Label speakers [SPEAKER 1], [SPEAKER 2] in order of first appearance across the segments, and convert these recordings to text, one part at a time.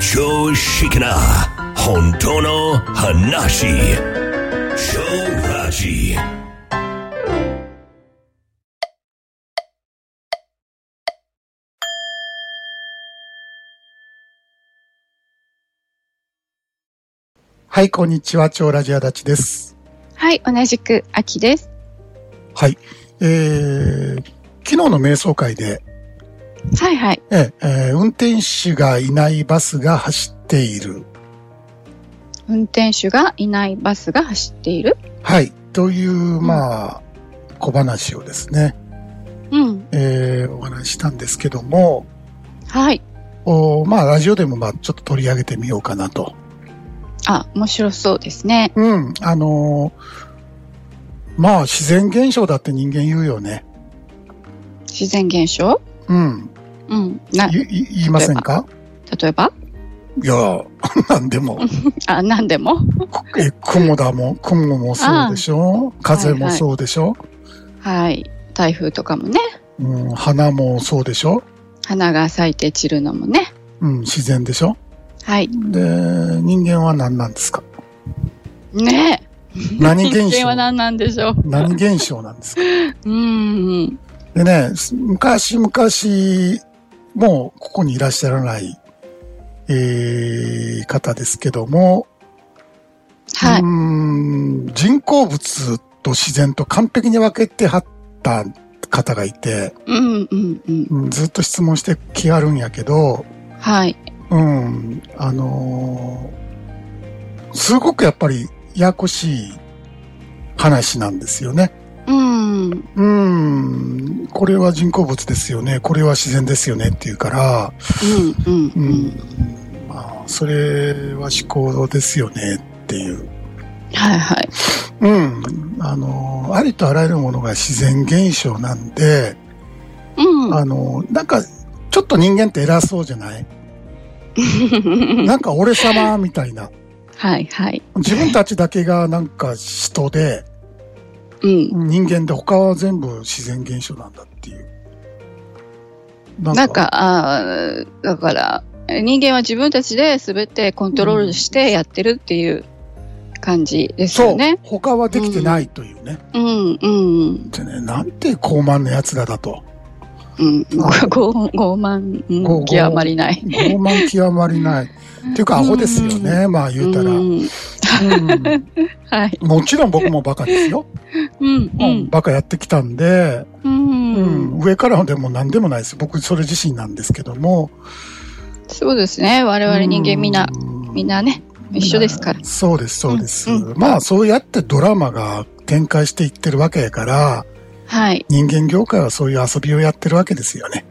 [SPEAKER 1] 常識な本当の話超ラジ
[SPEAKER 2] はい、こんにちは。超ラジアダチです。
[SPEAKER 3] はい、同じく秋です。
[SPEAKER 2] はい。えー、昨日の瞑想会で、
[SPEAKER 3] はいはい。
[SPEAKER 2] えーえー運転手がいないバスが走っている。
[SPEAKER 3] 運転手がいないバスが走っている。
[SPEAKER 2] はい。という、まあ、小話をですね、
[SPEAKER 3] うん。
[SPEAKER 2] えーお話ししたんですけども、
[SPEAKER 3] はい。
[SPEAKER 2] おまあ、ラジオでも、まあ、ちょっと取り上げてみようかなと。
[SPEAKER 3] あ、面白そうですね。
[SPEAKER 2] うん。あのーまあ、自然現象だって人間言うよね。
[SPEAKER 3] 自然現象
[SPEAKER 2] うん。
[SPEAKER 3] うん。な、
[SPEAKER 2] いい言いませんか
[SPEAKER 3] 例えば
[SPEAKER 2] いや、 なんでも。
[SPEAKER 3] あ、何でも
[SPEAKER 2] え、雲だもん。雲もそうでしょ風もそうでしょ、
[SPEAKER 3] はい。台風とかもね。
[SPEAKER 2] うん、花もそうでしょ
[SPEAKER 3] 花が咲いて散るのもね。
[SPEAKER 2] うん、自然でしょ
[SPEAKER 3] はい。
[SPEAKER 2] で、人間は何なんですか
[SPEAKER 3] ねえ。
[SPEAKER 2] 何現
[SPEAKER 3] 人間
[SPEAKER 2] 象
[SPEAKER 3] は何なんでしょう。
[SPEAKER 2] 何現象なんですか
[SPEAKER 3] うーん。
[SPEAKER 2] でね、昔々、もうここにいらっしゃらない、えー、方ですけども、。
[SPEAKER 3] はいう
[SPEAKER 2] ん人工物と自然と完璧に分けてはった方がいて、
[SPEAKER 3] うんうんうん。
[SPEAKER 2] うんずっと質問してきはるんやけど、
[SPEAKER 3] はい。
[SPEAKER 2] うん、あのーすごくやっぱりややこしい話なんですよね。
[SPEAKER 3] うん。
[SPEAKER 2] うん、これは人工物ですよね、これは自然ですよねっていうから、
[SPEAKER 3] うんうん
[SPEAKER 2] う
[SPEAKER 3] うんん。
[SPEAKER 2] まあ、それは思考ですよねっていう。
[SPEAKER 3] はいはい。
[SPEAKER 2] うん、あのーありとあらゆるものが自然現象なんで、
[SPEAKER 3] うん。
[SPEAKER 2] あのーなんか、ちょっと人間って偉そうじゃないなんか俺様みたいな。
[SPEAKER 3] はいはい。
[SPEAKER 2] 自分たちだけがなんか人で、
[SPEAKER 3] うん。
[SPEAKER 2] 人間で他は全部自然現象なんだっていう。な
[SPEAKER 3] なんか、あーだから、人間は自分たちで全てコントロールしてやってるっていう感じです
[SPEAKER 2] そ
[SPEAKER 3] よ
[SPEAKER 2] う、
[SPEAKER 3] ね。
[SPEAKER 2] 他はできてないというね。
[SPEAKER 3] うん、うん、
[SPEAKER 2] でね、なんて高慢な奴らだと。
[SPEAKER 3] うん。ごご傲慢、
[SPEAKER 2] ご
[SPEAKER 3] うん、
[SPEAKER 2] ご
[SPEAKER 3] 極まりない。
[SPEAKER 2] 傲慢極まりない。っていうか、アホですよね、まあ言うたら、
[SPEAKER 3] う
[SPEAKER 2] うん
[SPEAKER 3] ん、はい。
[SPEAKER 2] もちろん僕もバカですよ。
[SPEAKER 3] うん、う
[SPEAKER 2] うん
[SPEAKER 3] ん、
[SPEAKER 2] バカやってきたんで、
[SPEAKER 3] うん、
[SPEAKER 2] うん上からでも何でもないです。僕それ自身なんですけども。
[SPEAKER 3] そうですね。我々人間みんな、
[SPEAKER 2] うん
[SPEAKER 3] みんなね、一緒ですから。
[SPEAKER 2] そうです、そうです。
[SPEAKER 3] うん
[SPEAKER 2] まあそうやってドラマが展開していってるわけやから、
[SPEAKER 3] はい。
[SPEAKER 2] 人間業界はそういう遊びをやってるわけですよね。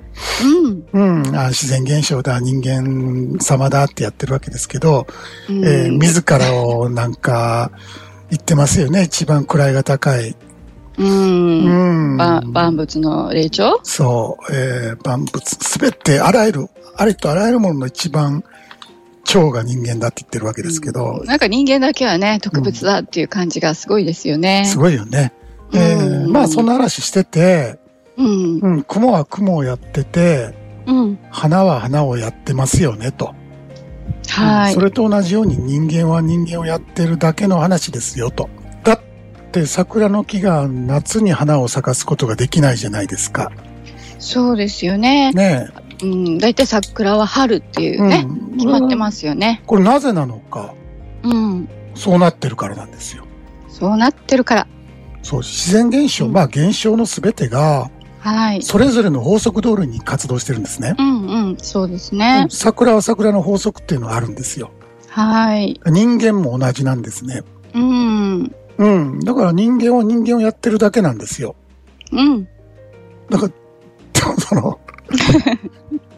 [SPEAKER 3] うん、
[SPEAKER 2] うん。あ自然現象だ、人間様だってやってるわけですけど、
[SPEAKER 3] うん。
[SPEAKER 2] えー自らをなんか言ってますよね。一番位が高い。
[SPEAKER 3] うん。
[SPEAKER 2] うん。
[SPEAKER 3] ば万物の霊長
[SPEAKER 2] そう、えー万物、すべてあらゆる、ありとあらゆるものの一番長が人間だって言ってるわけですけど、
[SPEAKER 3] なんか人間だけはね、特別だっていう感じがすごいですよね。
[SPEAKER 2] すごいよね。えー
[SPEAKER 3] うん
[SPEAKER 2] まあそんな話してて、
[SPEAKER 3] うん。
[SPEAKER 2] うん、雲は雲をやってて、
[SPEAKER 3] うん。
[SPEAKER 2] 花は花をやってますよね、と。
[SPEAKER 3] は
[SPEAKER 2] そ
[SPEAKER 3] い。
[SPEAKER 2] れと同じように人間は人間をやってるだけの話ですよと。だって桜の木が夏に花を咲かすことができないじゃないですか。
[SPEAKER 3] そうですよね。
[SPEAKER 2] ね
[SPEAKER 3] うん。だいたい桜は春ってい
[SPEAKER 2] え。
[SPEAKER 3] うね。
[SPEAKER 2] うん
[SPEAKER 3] 決まってますよね。
[SPEAKER 2] これなぜなのか、
[SPEAKER 3] うん。
[SPEAKER 2] そうなってるからなんですよ。
[SPEAKER 3] そうなってるから。
[SPEAKER 2] そう、自然現象、
[SPEAKER 3] うん
[SPEAKER 2] まあ現象の全てが、
[SPEAKER 3] はい。
[SPEAKER 2] それぞれの法則通りに活動してるんですね。
[SPEAKER 3] うんうん。そうです
[SPEAKER 2] う
[SPEAKER 3] ね
[SPEAKER 2] ん。桜は桜の法則っていうのがあるんですよ。
[SPEAKER 3] はい。
[SPEAKER 2] 人間も同じなんですね。
[SPEAKER 3] うん。
[SPEAKER 2] うん。だから人間は人間をやってるだけなんですよ。
[SPEAKER 3] うん。
[SPEAKER 2] だから、その、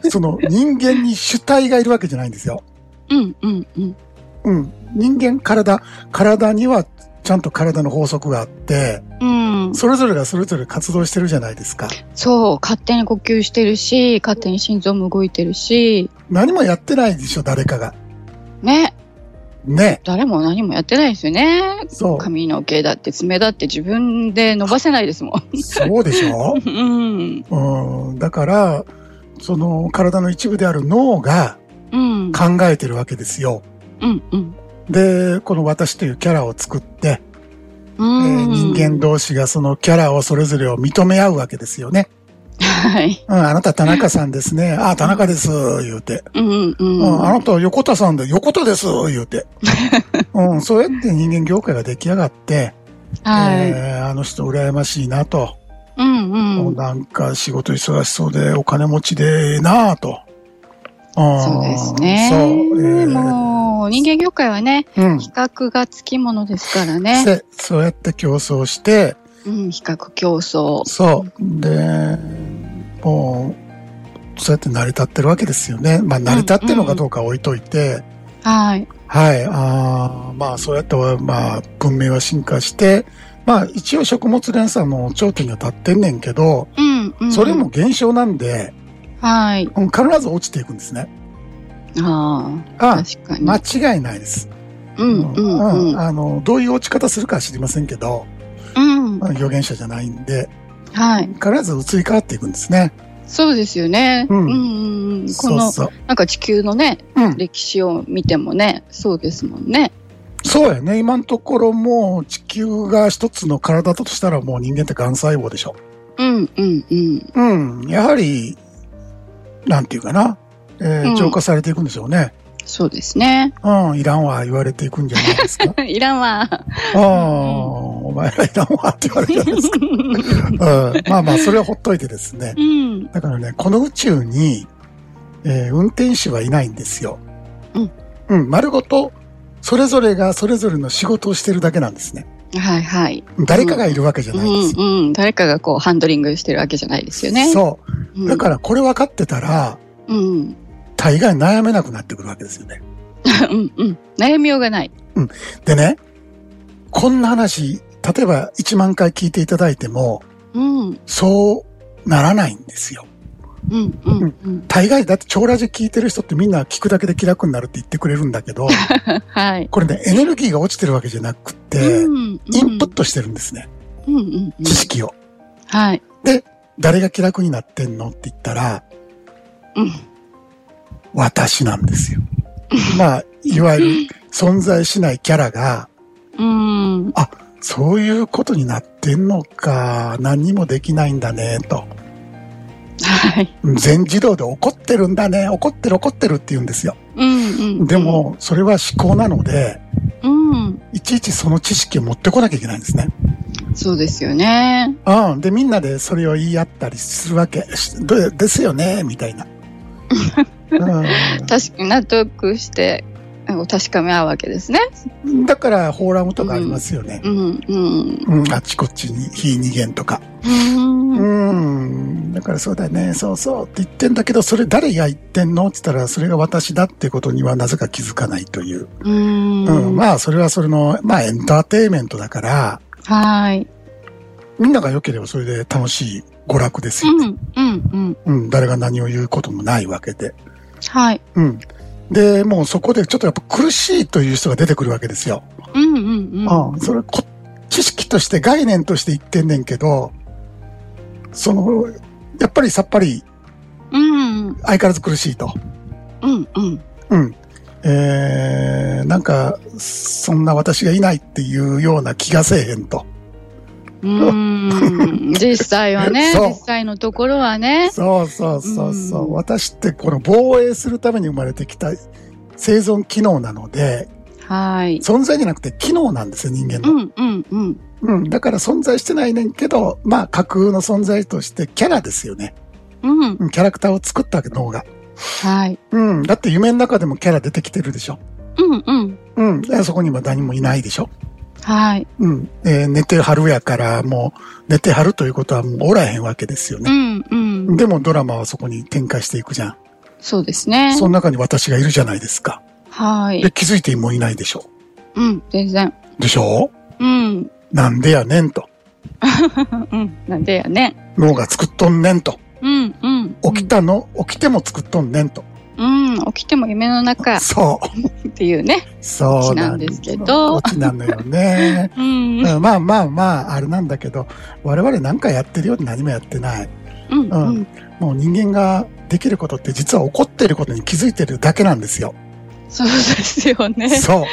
[SPEAKER 2] その人間に主体がいるわけじゃないんですよ。
[SPEAKER 3] うんうんうん。
[SPEAKER 2] うん。人間、体、体にはちゃんと体の法則があって、
[SPEAKER 3] うん。
[SPEAKER 2] それぞれがそれぞれ活動してるじゃないですか。
[SPEAKER 3] そう。勝手に呼吸してるし、勝手に心臓も動いてるし、
[SPEAKER 2] 何もやってないでしょ、誰かが。
[SPEAKER 3] ね。
[SPEAKER 2] ね。
[SPEAKER 3] 誰も何もやってないですよね。
[SPEAKER 2] そ
[SPEAKER 3] 髪の毛だって爪だって自分で伸ばせないですもん。
[SPEAKER 2] う。そうでしょ
[SPEAKER 3] うん。
[SPEAKER 2] うん。だから、その体の一部である脳が、
[SPEAKER 3] ううん。
[SPEAKER 2] 考えてるわけですよ。
[SPEAKER 3] うん。うん。
[SPEAKER 2] で、この私というキャラを作って、えー
[SPEAKER 3] うん
[SPEAKER 2] 人間。同士がそのキャラをそれぞれを認め合うわけですよね。
[SPEAKER 3] はい。
[SPEAKER 2] うん、あなた田中さんですね。あ、田中です、言うて。
[SPEAKER 3] うん。う。
[SPEAKER 2] うんん、あなた横田さんで、横田です、言う て。うん、そうやって人間業界が出来上がって、
[SPEAKER 3] はい。
[SPEAKER 2] えーあの人羨ましいなと。
[SPEAKER 3] うん。う。
[SPEAKER 2] もうんなんか仕事忙しそうでお金持ちでええなぁと。うん
[SPEAKER 3] そうですね。
[SPEAKER 2] そう。えー
[SPEAKER 3] もう、人間業界はね、
[SPEAKER 2] うん。
[SPEAKER 3] 比較がつきものですからね。
[SPEAKER 2] せそうやって競争して、
[SPEAKER 3] うん。比較競争。
[SPEAKER 2] そう。で、もう、そうやって成り立ってるわけですよね。まあ、成り立ってるのかどうかは置いといて、
[SPEAKER 3] はい。
[SPEAKER 2] はい。あーまあ、そうやって、まあ、文明は進化して、まあ、一応食物連鎖の頂点には立ってんねんけど、
[SPEAKER 3] うん。うん。
[SPEAKER 2] それも。減少なんで、
[SPEAKER 3] はい。
[SPEAKER 2] うん必ず落ちていくんですね。
[SPEAKER 3] ああ。
[SPEAKER 2] あ
[SPEAKER 3] 確かに。
[SPEAKER 2] 間違いないです。
[SPEAKER 3] うん。う
[SPEAKER 2] うん
[SPEAKER 3] ん。うん。
[SPEAKER 2] あの、どういう落ち方するかは知りませんけど、
[SPEAKER 3] うん。
[SPEAKER 2] まあ予言者じゃないんで、
[SPEAKER 3] はい。
[SPEAKER 2] 必ず移り変わっていくんですね。
[SPEAKER 3] そうですよね。
[SPEAKER 2] う
[SPEAKER 3] うんん。うんうん。こ
[SPEAKER 2] そう
[SPEAKER 3] の、
[SPEAKER 2] そう。
[SPEAKER 3] なんか地球のね、
[SPEAKER 2] うん。
[SPEAKER 3] 歴史を見てもね、そうですもんね。
[SPEAKER 2] そうやね。今のところもう地球が一つの体だとしたらもう人間って癌細胞でしょ。
[SPEAKER 3] うん、うん、うん。
[SPEAKER 2] うん。やはり、なんていうかな。えー
[SPEAKER 3] うん
[SPEAKER 2] 浄化されていくんでしょうね。
[SPEAKER 3] そうですね。
[SPEAKER 2] うん、いらんわ、言われていくんじゃないですか。
[SPEAKER 3] いら んわ。
[SPEAKER 2] ああ、お前らいらんわって言われるじゃないですか。うん、まあまあ、それはほっといてですね。
[SPEAKER 3] うん。
[SPEAKER 2] だからね、この宇宙に、えー運転手はいないんですよ。
[SPEAKER 3] うん。
[SPEAKER 2] うん、丸ごと、それぞれがそれぞれの仕事をしてるだけなんですね。
[SPEAKER 3] はい、はい。
[SPEAKER 2] 誰かがいるわけじゃ
[SPEAKER 3] う
[SPEAKER 2] ないんですよ。
[SPEAKER 3] ん、うん。誰かがこう、ハンドリングしてるわけじゃないですよね。
[SPEAKER 2] そうう。
[SPEAKER 3] ん。
[SPEAKER 2] だからこれ分かってたら、
[SPEAKER 3] うん。
[SPEAKER 2] 大概悩めなくなってくるわけですよね。
[SPEAKER 3] うん、うん。悩みようがない。
[SPEAKER 2] でね、こんな話、例えば1万回聞いていただいても、
[SPEAKER 3] うん、うん、
[SPEAKER 2] そうならないんですよ。
[SPEAKER 3] うん、うん。
[SPEAKER 2] 大概だって超ラジ聞いてる人ってみんな聞くだけで気楽になるって言ってくれるんだけ ど、
[SPEAKER 3] はい。
[SPEAKER 2] これね、エネルギーが落ちてるわけじゃなくて
[SPEAKER 3] う、ん、
[SPEAKER 2] インプットしてるんですね。
[SPEAKER 3] うん、うん、うん。
[SPEAKER 2] 知識を。
[SPEAKER 3] はい。
[SPEAKER 2] 誰が気楽になってんのって言ったら、
[SPEAKER 3] うん。
[SPEAKER 2] 私なんです よ。まあ、いわゆる存在しないキャラが、
[SPEAKER 3] うん。
[SPEAKER 2] そういうことになってんのか、何にもできないんだね、と。
[SPEAKER 3] はい。
[SPEAKER 2] 全自動で怒ってるんだね、怒ってる怒ってるって言うんですよ。
[SPEAKER 3] うん、うん。
[SPEAKER 2] で、も、それは思考なので、
[SPEAKER 3] うん。
[SPEAKER 2] いちいちその知識を持ってこなきゃいけないんですね。
[SPEAKER 3] そうですよね。
[SPEAKER 2] うん。で、みんなでそれを言い合ったりするわけ。しどですよね、みたいな。う
[SPEAKER 3] 確かに納得して、なんか確かめ合うわけですね。
[SPEAKER 2] ん、だから、フォーラムとかありますよね。
[SPEAKER 3] うん、うん。
[SPEAKER 2] うん、あっちこっちに非二元とか。
[SPEAKER 3] うん
[SPEAKER 2] うん、だからそうだよね、そうそうって言ってんだけど、それ誰が言ってんのって言ったら、それが私だってことにはなぜか気づかないという。
[SPEAKER 3] うー
[SPEAKER 2] うん、
[SPEAKER 3] ん。
[SPEAKER 2] まあ、それはそれの、まあ、エンターテインメントだから、
[SPEAKER 3] はい。
[SPEAKER 2] みんなが良ければそれで楽しい娯楽です
[SPEAKER 3] う
[SPEAKER 2] よ、
[SPEAKER 3] ん、
[SPEAKER 2] ね
[SPEAKER 3] うん、うん。
[SPEAKER 2] うん。誰が何を言うこともないわけで。
[SPEAKER 3] はい。
[SPEAKER 2] うん。で、もうそこでちょっとやっぱ苦しいという人が出てくるわけですよ。
[SPEAKER 3] うん、うん、うん。
[SPEAKER 2] うん、それこ知識として概念として言ってんねんけど、その、やっぱりさっぱり
[SPEAKER 3] うん、うん、
[SPEAKER 2] 相変わらず苦しいと。
[SPEAKER 3] うん、うん。
[SPEAKER 2] うん。えー、なんか、そんな私がいないっていうような気がせえへんと。
[SPEAKER 3] うーん実際はね、
[SPEAKER 2] そう
[SPEAKER 3] 実際のところはね。
[SPEAKER 2] そうそうそうそう。
[SPEAKER 3] うん
[SPEAKER 2] 私ってこの防衛するために生まれてきた生存機能なので、
[SPEAKER 3] はい。
[SPEAKER 2] 存在じゃなくて機能なんですよ、人間
[SPEAKER 3] う
[SPEAKER 2] の。
[SPEAKER 3] ん、うん、うん。
[SPEAKER 2] うん。だから存在してないねんけど、まあ架空の存在としてキャラですよね。
[SPEAKER 3] うん、
[SPEAKER 2] うんキャラクターを作ったわけ、脳が。
[SPEAKER 3] はい。
[SPEAKER 2] うん。だって夢の中でもキャラ出てきてるでしょ。
[SPEAKER 3] うん、うん。
[SPEAKER 2] うん。でそこには何もいないでしょ。
[SPEAKER 3] はい。
[SPEAKER 2] うん。えー寝てはるやから、もう、寝てはるということはもうおらへんわけですよ
[SPEAKER 3] う
[SPEAKER 2] ね。
[SPEAKER 3] ん、うん。
[SPEAKER 2] でもドラマはそこに展開していくじゃん。
[SPEAKER 3] そうですね。
[SPEAKER 2] その中に私がいるじゃないですか。
[SPEAKER 3] はい
[SPEAKER 2] で、。気づいてもいないでしょ。
[SPEAKER 3] うん、全然。
[SPEAKER 2] でしょ
[SPEAKER 3] うん、
[SPEAKER 2] なんでやねんと。
[SPEAKER 3] うん。なんでやね。
[SPEAKER 2] 脳が作っとんねんと。
[SPEAKER 3] うん、うん。
[SPEAKER 2] 起きたの、起きても作っとんねんと。
[SPEAKER 3] うん、起きても夢の中っ
[SPEAKER 2] そう。
[SPEAKER 3] ていうね。
[SPEAKER 2] そう
[SPEAKER 3] オチなんですけど
[SPEAKER 2] オチなのよ ね。
[SPEAKER 3] うん、
[SPEAKER 2] うんまあまあまあ、あれなんだけど、我々なんかやってるようで何もやってない。
[SPEAKER 3] うん、うん。
[SPEAKER 2] もう人間ができることって実は起こっていることに気づいてるだけなんですよ。
[SPEAKER 3] そうですよね。
[SPEAKER 2] そ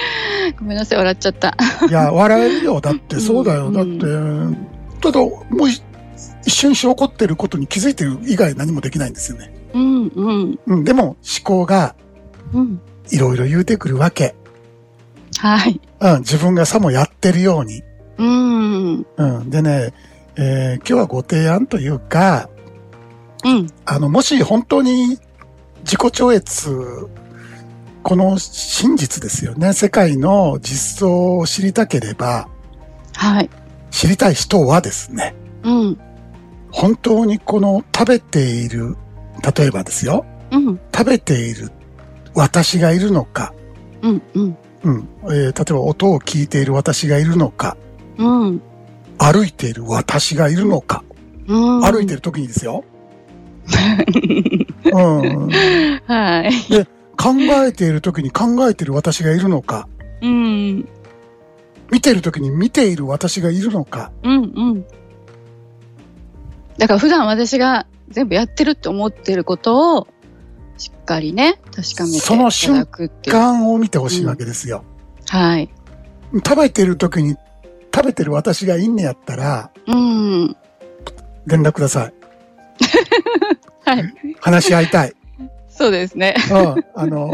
[SPEAKER 3] ごめんなさい、笑っちゃった。
[SPEAKER 2] う。いや、笑えるよ。だって、そうだよ。
[SPEAKER 3] うん
[SPEAKER 2] だって、ただ、もうい一瞬にして起こっていることに気づいてる以外何もできないんですよね。
[SPEAKER 3] うん、うん、
[SPEAKER 2] うん、でも、思考が
[SPEAKER 3] うん。
[SPEAKER 2] いろいろ言うてくるわけ。
[SPEAKER 3] はい。
[SPEAKER 2] うん、自分がさもやってるように。
[SPEAKER 3] うん、うん、
[SPEAKER 2] うん、でね、えー今日はご提案というか、
[SPEAKER 3] うん、
[SPEAKER 2] あの、もし本当に自己超越、この真実ですよね。世界の実相を知りたければ、
[SPEAKER 3] はい。
[SPEAKER 2] 知りたい人はですね、
[SPEAKER 3] うん、
[SPEAKER 2] 本当にこの食べている、例えばですよ、
[SPEAKER 3] うん、
[SPEAKER 2] 食べている私がいるのか、
[SPEAKER 3] うん、うん、
[SPEAKER 2] うん、えー例えば音を聞いている私がいるのか、
[SPEAKER 3] うん、
[SPEAKER 2] 歩いている私がいるのか、
[SPEAKER 3] うん。
[SPEAKER 2] 歩いてる時にですよ。うん、
[SPEAKER 3] はい。
[SPEAKER 2] 考えている時に考えている私がいるのか、
[SPEAKER 3] うん、
[SPEAKER 2] 見ている時に見ている私がいるのか、
[SPEAKER 3] うん、うん。だから普段私が全部やってるって思ってることを、しっかりね、確かめてい
[SPEAKER 2] その
[SPEAKER 3] た
[SPEAKER 2] 瞬
[SPEAKER 3] だくっていう。
[SPEAKER 2] 感を見てほしいわけですよ。
[SPEAKER 3] はい。
[SPEAKER 2] 食べている時に食べてる私がいんねやったら、
[SPEAKER 3] うん。
[SPEAKER 2] 連絡ください。
[SPEAKER 3] はい。
[SPEAKER 2] 話し合いたい。
[SPEAKER 3] そうですね。
[SPEAKER 2] うん、あの、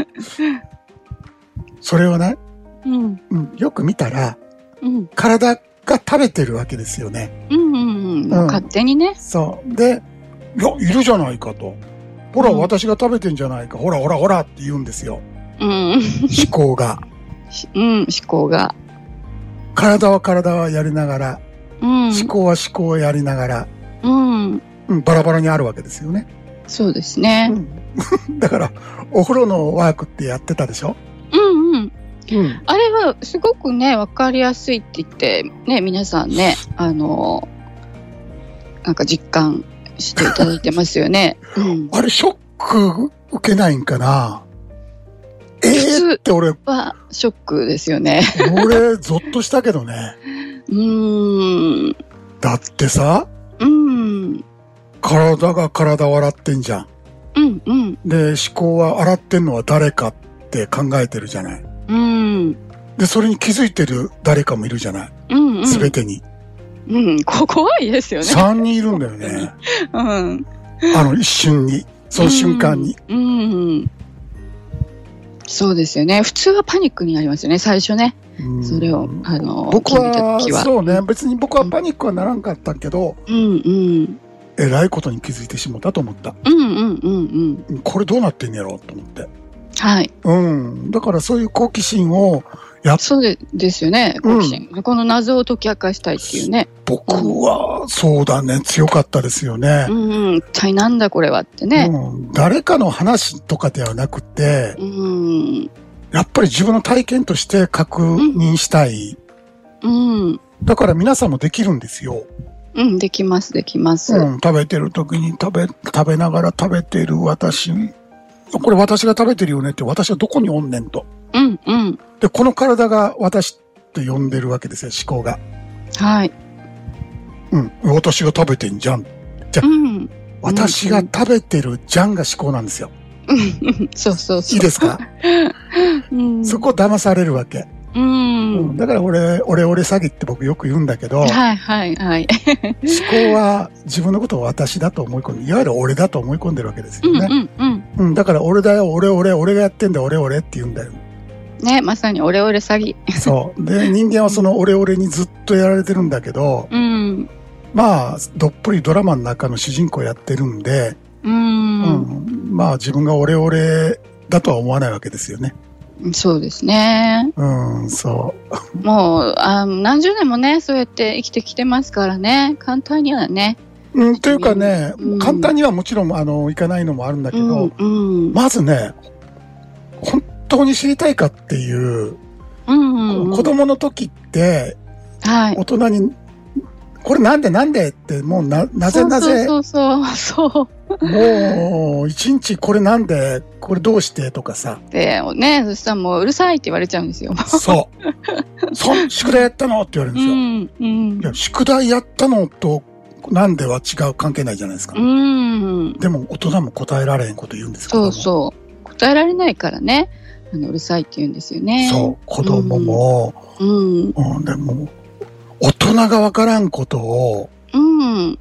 [SPEAKER 2] それをね、
[SPEAKER 3] うん。
[SPEAKER 2] うん、よく見たら、
[SPEAKER 3] うん。
[SPEAKER 2] 体が食べてるわけですよね。
[SPEAKER 3] うんうんうん。
[SPEAKER 2] うん
[SPEAKER 3] 勝手にね。
[SPEAKER 2] そう。で、いや、いるじゃないかと。ほら、
[SPEAKER 3] うん
[SPEAKER 2] 私が食べてんじゃないか。ほら、ほら、ほらって言うんですよ。
[SPEAKER 3] うん。
[SPEAKER 2] 思考が。
[SPEAKER 3] しうん。思考が。
[SPEAKER 2] 体は体はやりながら、
[SPEAKER 3] うん。
[SPEAKER 2] 思考は思考をやりながら、
[SPEAKER 3] うん。
[SPEAKER 2] うん、バラバラにあるわけですよね。
[SPEAKER 3] そうですね。
[SPEAKER 2] うん、 だから、お風呂のワークってやってたでしょ
[SPEAKER 3] うんうん。
[SPEAKER 2] うん。
[SPEAKER 3] あれはすごくね、わかりやすいって言って、ね、皆さんね、あの、なんか実感していただいてますよね。うん。
[SPEAKER 2] あれ、ショック受けないんかなええー、って俺、
[SPEAKER 3] は、ショックですよね。
[SPEAKER 2] 俺、ゾッとしたけどね。
[SPEAKER 3] うーん。
[SPEAKER 2] だってさ、
[SPEAKER 3] うん。
[SPEAKER 2] 体が体を洗ってんじゃん。
[SPEAKER 3] うんうん。
[SPEAKER 2] で、思考は洗ってんのは誰かって考えてるじゃない。
[SPEAKER 3] うん。
[SPEAKER 2] で、それに気づいてる誰かもいるじゃない。
[SPEAKER 3] うんうん。
[SPEAKER 2] すべてに。
[SPEAKER 3] うん。こ怖いですよね。
[SPEAKER 2] 3人いるんだよね。
[SPEAKER 3] うん。
[SPEAKER 2] あの、一瞬に。その瞬間に。
[SPEAKER 3] うん。うん。そうですよね。普通はパニックになりますよね、最初ね。
[SPEAKER 2] うん
[SPEAKER 3] それを、あの、
[SPEAKER 2] 僕
[SPEAKER 3] 聞い
[SPEAKER 2] は
[SPEAKER 3] た時、は。
[SPEAKER 2] そうね、別に僕はパニックはならんかったけど、
[SPEAKER 3] うんうん。
[SPEAKER 2] えらいことに気づいてしもたと思った。
[SPEAKER 3] うんうんうんうん。
[SPEAKER 2] うんこれどうなってんねやろうと思って。
[SPEAKER 3] はい。
[SPEAKER 2] うん。だからそういう好奇心を、
[SPEAKER 3] そうでですよね、
[SPEAKER 2] うん
[SPEAKER 3] 好奇心。この謎を解き明かしたいっていうね。
[SPEAKER 2] 僕は、そうだね、強かったですよね
[SPEAKER 3] う。んうん。一体なんだこれはってね。
[SPEAKER 2] うん、誰かの話とかではなくて、
[SPEAKER 3] うん。
[SPEAKER 2] やっぱり自分の体験として確認したい。
[SPEAKER 3] うん。
[SPEAKER 2] だから皆さんもできるんですよ。
[SPEAKER 3] うん。できます、できます。
[SPEAKER 2] うん、食べてる時に食べ、食べながら食べてる私。これ私が食べてるよねって、私はどこにおんねんと。
[SPEAKER 3] うん、うん。
[SPEAKER 2] で、この体が私って呼んでるわけですよ、思考が。
[SPEAKER 3] はい。
[SPEAKER 2] うん、私が食べてんじゃん。
[SPEAKER 3] うん。
[SPEAKER 2] 私が食べてるじゃんが思考なんですよ。
[SPEAKER 3] そうそう
[SPEAKER 2] い
[SPEAKER 3] そ。
[SPEAKER 2] いうですか
[SPEAKER 3] うん。
[SPEAKER 2] そこ騙されるわけ。う
[SPEAKER 3] う
[SPEAKER 2] ん、
[SPEAKER 3] ん。
[SPEAKER 2] だから俺、俺俺詐欺って僕よく言うんだけど、思
[SPEAKER 3] はい、はい、はい。
[SPEAKER 2] 考は自分のことを私だと思い込んで、いわゆる俺だと思い込んでるわけです
[SPEAKER 3] う
[SPEAKER 2] よ
[SPEAKER 3] ん、
[SPEAKER 2] ね。
[SPEAKER 3] うん、うん。
[SPEAKER 2] うん、だから俺だよ、俺俺、俺がやってんだ、俺俺って言うんだよ。
[SPEAKER 3] ね、まさにオレオレ詐欺。
[SPEAKER 2] そう。で、人間はその俺俺にずっとやられてるんだけど、
[SPEAKER 3] うん。
[SPEAKER 2] まあ、どっぷりドラマの中の主人公やってるんで、
[SPEAKER 3] う。
[SPEAKER 2] うんん、まあ自分がオレオレだとは思わないわけですよね。
[SPEAKER 3] そうですね。
[SPEAKER 2] うん、そ
[SPEAKER 3] もうあ、何十年もね、そうやって生きてきてますからね。簡単にはね。
[SPEAKER 2] う。うん、というかね、
[SPEAKER 3] うん
[SPEAKER 2] 簡単にはもちろん、あの、いかないのもあるんだけ
[SPEAKER 3] う
[SPEAKER 2] ど、
[SPEAKER 3] ん、うん。
[SPEAKER 2] まずね、本当に知りたいかっていう、
[SPEAKER 3] うんうんうん、
[SPEAKER 2] 子供の時って、
[SPEAKER 3] はい。
[SPEAKER 2] 大人に、これなんでなんでって、もうな、なぜなぜ、
[SPEAKER 3] そうそうそうそう。
[SPEAKER 2] もう、一日これなんで、これどうしてとかさ、
[SPEAKER 3] で、ね、そしたらもううるさいって言われちゃうんですよ。
[SPEAKER 2] そう。そん宿題やったのって言われるん
[SPEAKER 3] う
[SPEAKER 2] ですよ。
[SPEAKER 3] ん、うん
[SPEAKER 2] い。や、宿題やったのと、なんでは違う関係ないじゃないですか。
[SPEAKER 3] うん。
[SPEAKER 2] でも大人も答えられへんこと言うんですけど
[SPEAKER 3] そ
[SPEAKER 2] も
[SPEAKER 3] うそう。答えられないからね。あのうるさいって言うんですよね。
[SPEAKER 2] そう子供も、
[SPEAKER 3] う。うん。
[SPEAKER 2] うん、でも、大人がわからんことを
[SPEAKER 3] うん。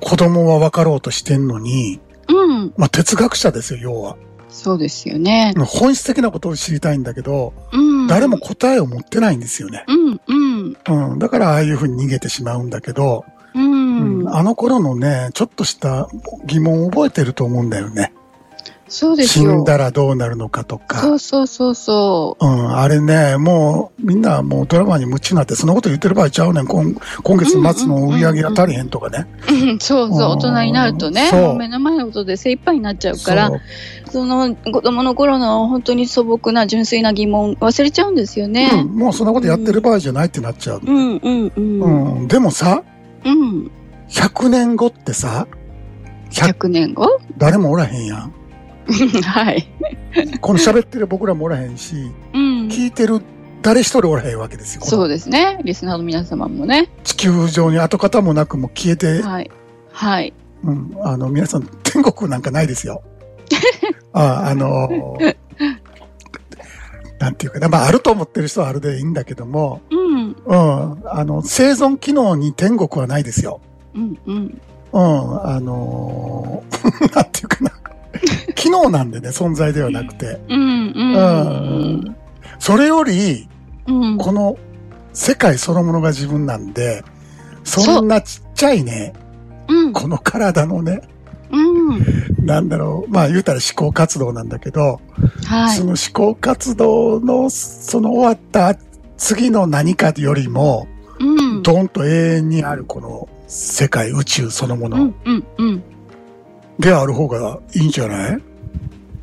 [SPEAKER 2] 子供はわかろうとしてんのに、
[SPEAKER 3] うん。
[SPEAKER 2] まあ哲学者ですよ、要は。
[SPEAKER 3] そうですよね。
[SPEAKER 2] 本質的なことを知りたいんだけど、
[SPEAKER 3] うん。
[SPEAKER 2] 誰も答えを持ってないんですよね。
[SPEAKER 3] うん。うん。
[SPEAKER 2] うん、だからああいうふうに逃げてしまうんだけど、
[SPEAKER 3] う
[SPEAKER 2] うん
[SPEAKER 3] ん。
[SPEAKER 2] あの頃のね、ちょっとした疑問を覚えてると思うんだよね。
[SPEAKER 3] そうです
[SPEAKER 2] 死
[SPEAKER 3] よ。
[SPEAKER 2] んだらどうなるのかと
[SPEAKER 3] そ
[SPEAKER 2] か。
[SPEAKER 3] うそうそうそう。
[SPEAKER 2] うん、あれね、もうみんなもうドラマに夢中になって、そんなこと言ってる場合ちゃうねん。今今月末の売り上げが足りへんとかね。
[SPEAKER 3] うんそうそ
[SPEAKER 2] う
[SPEAKER 3] う、大
[SPEAKER 2] ん
[SPEAKER 3] 人になるとね、
[SPEAKER 2] そう
[SPEAKER 3] もう目の前のことで精一杯になっちゃうから
[SPEAKER 2] そ、う
[SPEAKER 3] その子供の頃の本当に素朴な純粋な疑問忘れちゃうんですよ
[SPEAKER 2] うん
[SPEAKER 3] ね。
[SPEAKER 2] もうそんなことやってる場合じゃないってなっちゃう。
[SPEAKER 3] うん、うん、うん。
[SPEAKER 2] う
[SPEAKER 3] うん、
[SPEAKER 2] ん、でもさ、100年後ってさ、100
[SPEAKER 3] 100年後
[SPEAKER 2] 誰もおらへんやん。
[SPEAKER 3] はい。
[SPEAKER 2] この喋ってる僕らもおらへんし、
[SPEAKER 3] うん。
[SPEAKER 2] 聞いてる誰一人おらへんわけですよ。
[SPEAKER 3] そうですね。リスナーの皆様もね。
[SPEAKER 2] 地球上に跡形もなくもう消えて、
[SPEAKER 3] はい。はい。
[SPEAKER 2] うん、あの、皆さん、天国なんかないです よ。ああのーなんていうかな、まあ、あると思ってる人はあるでいいんだけども、
[SPEAKER 3] うん。
[SPEAKER 2] うん、あの、生存機能に天国はないですよ。
[SPEAKER 3] うん、うん。
[SPEAKER 2] うん、あの ーなんていうかな、機能なんでね、存在ではなくて。
[SPEAKER 3] うん、う。
[SPEAKER 2] うんん。それより、
[SPEAKER 3] うん。
[SPEAKER 2] この世界そのものが自分なんで、そんなちっちゃいね、
[SPEAKER 3] うん。
[SPEAKER 2] この体のね、
[SPEAKER 3] うん。
[SPEAKER 2] なんだろう、まあ言うたら思考活動なんだけど、
[SPEAKER 3] は
[SPEAKER 2] そ
[SPEAKER 3] い。
[SPEAKER 2] の思考活動の、その終わった次の何かよりも、
[SPEAKER 3] うん。
[SPEAKER 2] ドンと永遠にあるこの世界、宇宙そのも
[SPEAKER 3] う
[SPEAKER 2] の
[SPEAKER 3] ん、うん、うん。
[SPEAKER 2] である方がいいんじゃないね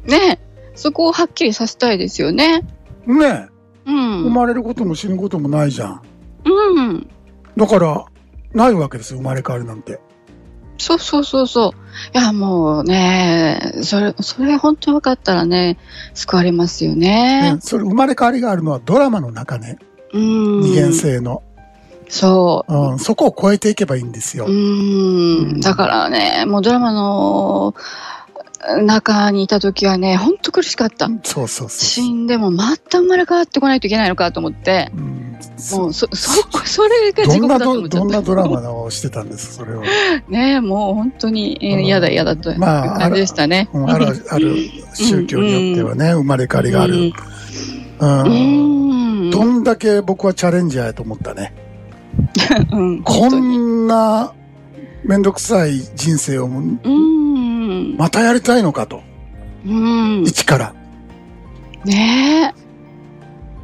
[SPEAKER 3] ねそこをはっきりさせたいですよね。
[SPEAKER 2] え、
[SPEAKER 3] うん。
[SPEAKER 2] 生まれることも死ぬこともないじゃん。
[SPEAKER 3] うん。
[SPEAKER 2] だから、ないわけですよ、生まれ変わるなんて。
[SPEAKER 3] そうそうそうそう。いや、もうね、それ、それ本当に分かったらね、救われますよね
[SPEAKER 2] ね。それ生まれ変わりがあるのはドラマの中ね、
[SPEAKER 3] うん。
[SPEAKER 2] 二元性の。
[SPEAKER 3] そう。
[SPEAKER 2] うん、そこを超えていけばいいんですよ
[SPEAKER 3] う。ん。だからね、もうドラマの中にいた時はね、本当苦しかった。
[SPEAKER 2] そうそうそ
[SPEAKER 3] 死んでもまた生まれ変わってこないといけないのかと思って、
[SPEAKER 2] う。うん
[SPEAKER 3] もうそ、 そ、それが
[SPEAKER 2] ど
[SPEAKER 3] 地
[SPEAKER 2] ん
[SPEAKER 3] 獄
[SPEAKER 2] な
[SPEAKER 3] だと
[SPEAKER 2] ド
[SPEAKER 3] 思っちゃ
[SPEAKER 2] どん
[SPEAKER 3] っ
[SPEAKER 2] なドラマをしてたんです、それ を。
[SPEAKER 3] た。ねもう本当にえー
[SPEAKER 2] うん
[SPEAKER 3] 嫌だ嫌だという
[SPEAKER 2] まあ
[SPEAKER 3] 感じでしたね。
[SPEAKER 2] うんあるある宗教によってはね、生まれ変わりがある。
[SPEAKER 3] う
[SPEAKER 2] うん
[SPEAKER 3] ん。
[SPEAKER 2] どんだけ僕はチャレンジャーやと思ったね。
[SPEAKER 3] うん
[SPEAKER 2] こ
[SPEAKER 3] 本当に
[SPEAKER 2] んなめんどくさい人生を
[SPEAKER 3] うーん。
[SPEAKER 2] またやりたいのかと。
[SPEAKER 3] うん。
[SPEAKER 2] 一から。
[SPEAKER 3] ね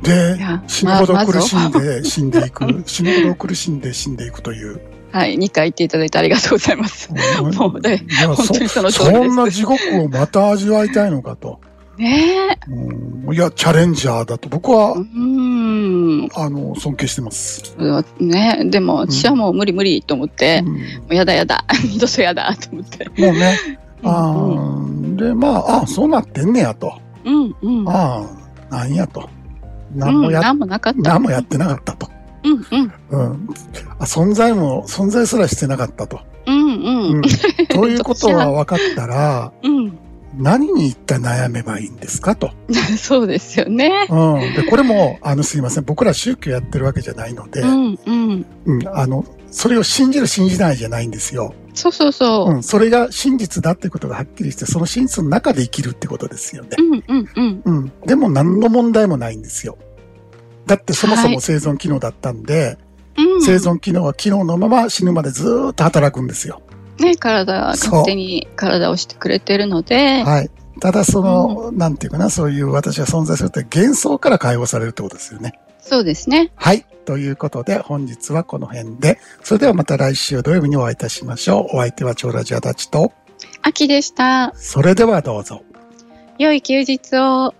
[SPEAKER 2] で
[SPEAKER 3] いや、
[SPEAKER 2] 死ぬほど
[SPEAKER 3] ま
[SPEAKER 2] 苦しんで死んでいく。死ぬほど苦しんで死んでいくという。
[SPEAKER 3] え。はい。2回言っていただいてありがとうございます。 もうね
[SPEAKER 2] いや
[SPEAKER 3] 本当にその
[SPEAKER 2] そ
[SPEAKER 3] 通りです
[SPEAKER 2] そんな地獄をまた味わいたいのかと。
[SPEAKER 3] ねえ。
[SPEAKER 2] うんいや、チャレンジャーだと僕は、
[SPEAKER 3] うーん。
[SPEAKER 2] あの、尊敬してます。
[SPEAKER 3] ねえ。でも、私はもう無理無理と思って、
[SPEAKER 2] う
[SPEAKER 3] も
[SPEAKER 2] ん
[SPEAKER 3] うやだやだ。 二度とやだと思って。
[SPEAKER 2] もうね、
[SPEAKER 3] うん
[SPEAKER 2] あーで、まあ、あそうなってんねやと。
[SPEAKER 3] うんうん。
[SPEAKER 2] ああ、なんやと。
[SPEAKER 3] う
[SPEAKER 2] 何
[SPEAKER 3] ん
[SPEAKER 2] もや、
[SPEAKER 3] 何もなかった。
[SPEAKER 2] 何もやってなかったと。
[SPEAKER 3] うんうん。
[SPEAKER 2] うん。あ存在も、存在すらしてなかったと。
[SPEAKER 3] うんう
[SPEAKER 2] うん ん。ということは分かったら、
[SPEAKER 3] うん。
[SPEAKER 2] 何に一体悩めばいいんですかと。
[SPEAKER 3] そうですよね。
[SPEAKER 2] うん。で、これも、あの、すいません。僕ら宗教やってるわけじゃないので、
[SPEAKER 3] うんうん。
[SPEAKER 2] うん、あの、それを信じる信じないじゃないんですよ。
[SPEAKER 3] そうそうそうう。
[SPEAKER 2] ん、それが真実だってことがはっきりして、その真実の中で生きるってことですよね。
[SPEAKER 3] うんうんうん。
[SPEAKER 2] うん。でも何の問題もないんですよ。だってそもそ
[SPEAKER 3] は
[SPEAKER 2] も
[SPEAKER 3] い
[SPEAKER 2] 生存機能だったんで、
[SPEAKER 3] うん。
[SPEAKER 2] 生存機能は機能のまま死ぬまでずーっと働くんですよ。
[SPEAKER 3] ね体が勝手に体をしてくれてるので、
[SPEAKER 2] はい。ただその、なんていうかな、そういう私が存在するって幻想から解放されるってことですよね。
[SPEAKER 3] そうですね。
[SPEAKER 2] はい。ということで、本日はこの辺で、それではまた来週土曜日にお会いいたしましょう。お相手は超ラジアたちと、
[SPEAKER 3] 秋でした。
[SPEAKER 2] それではどうぞ。
[SPEAKER 3] 良い休日を。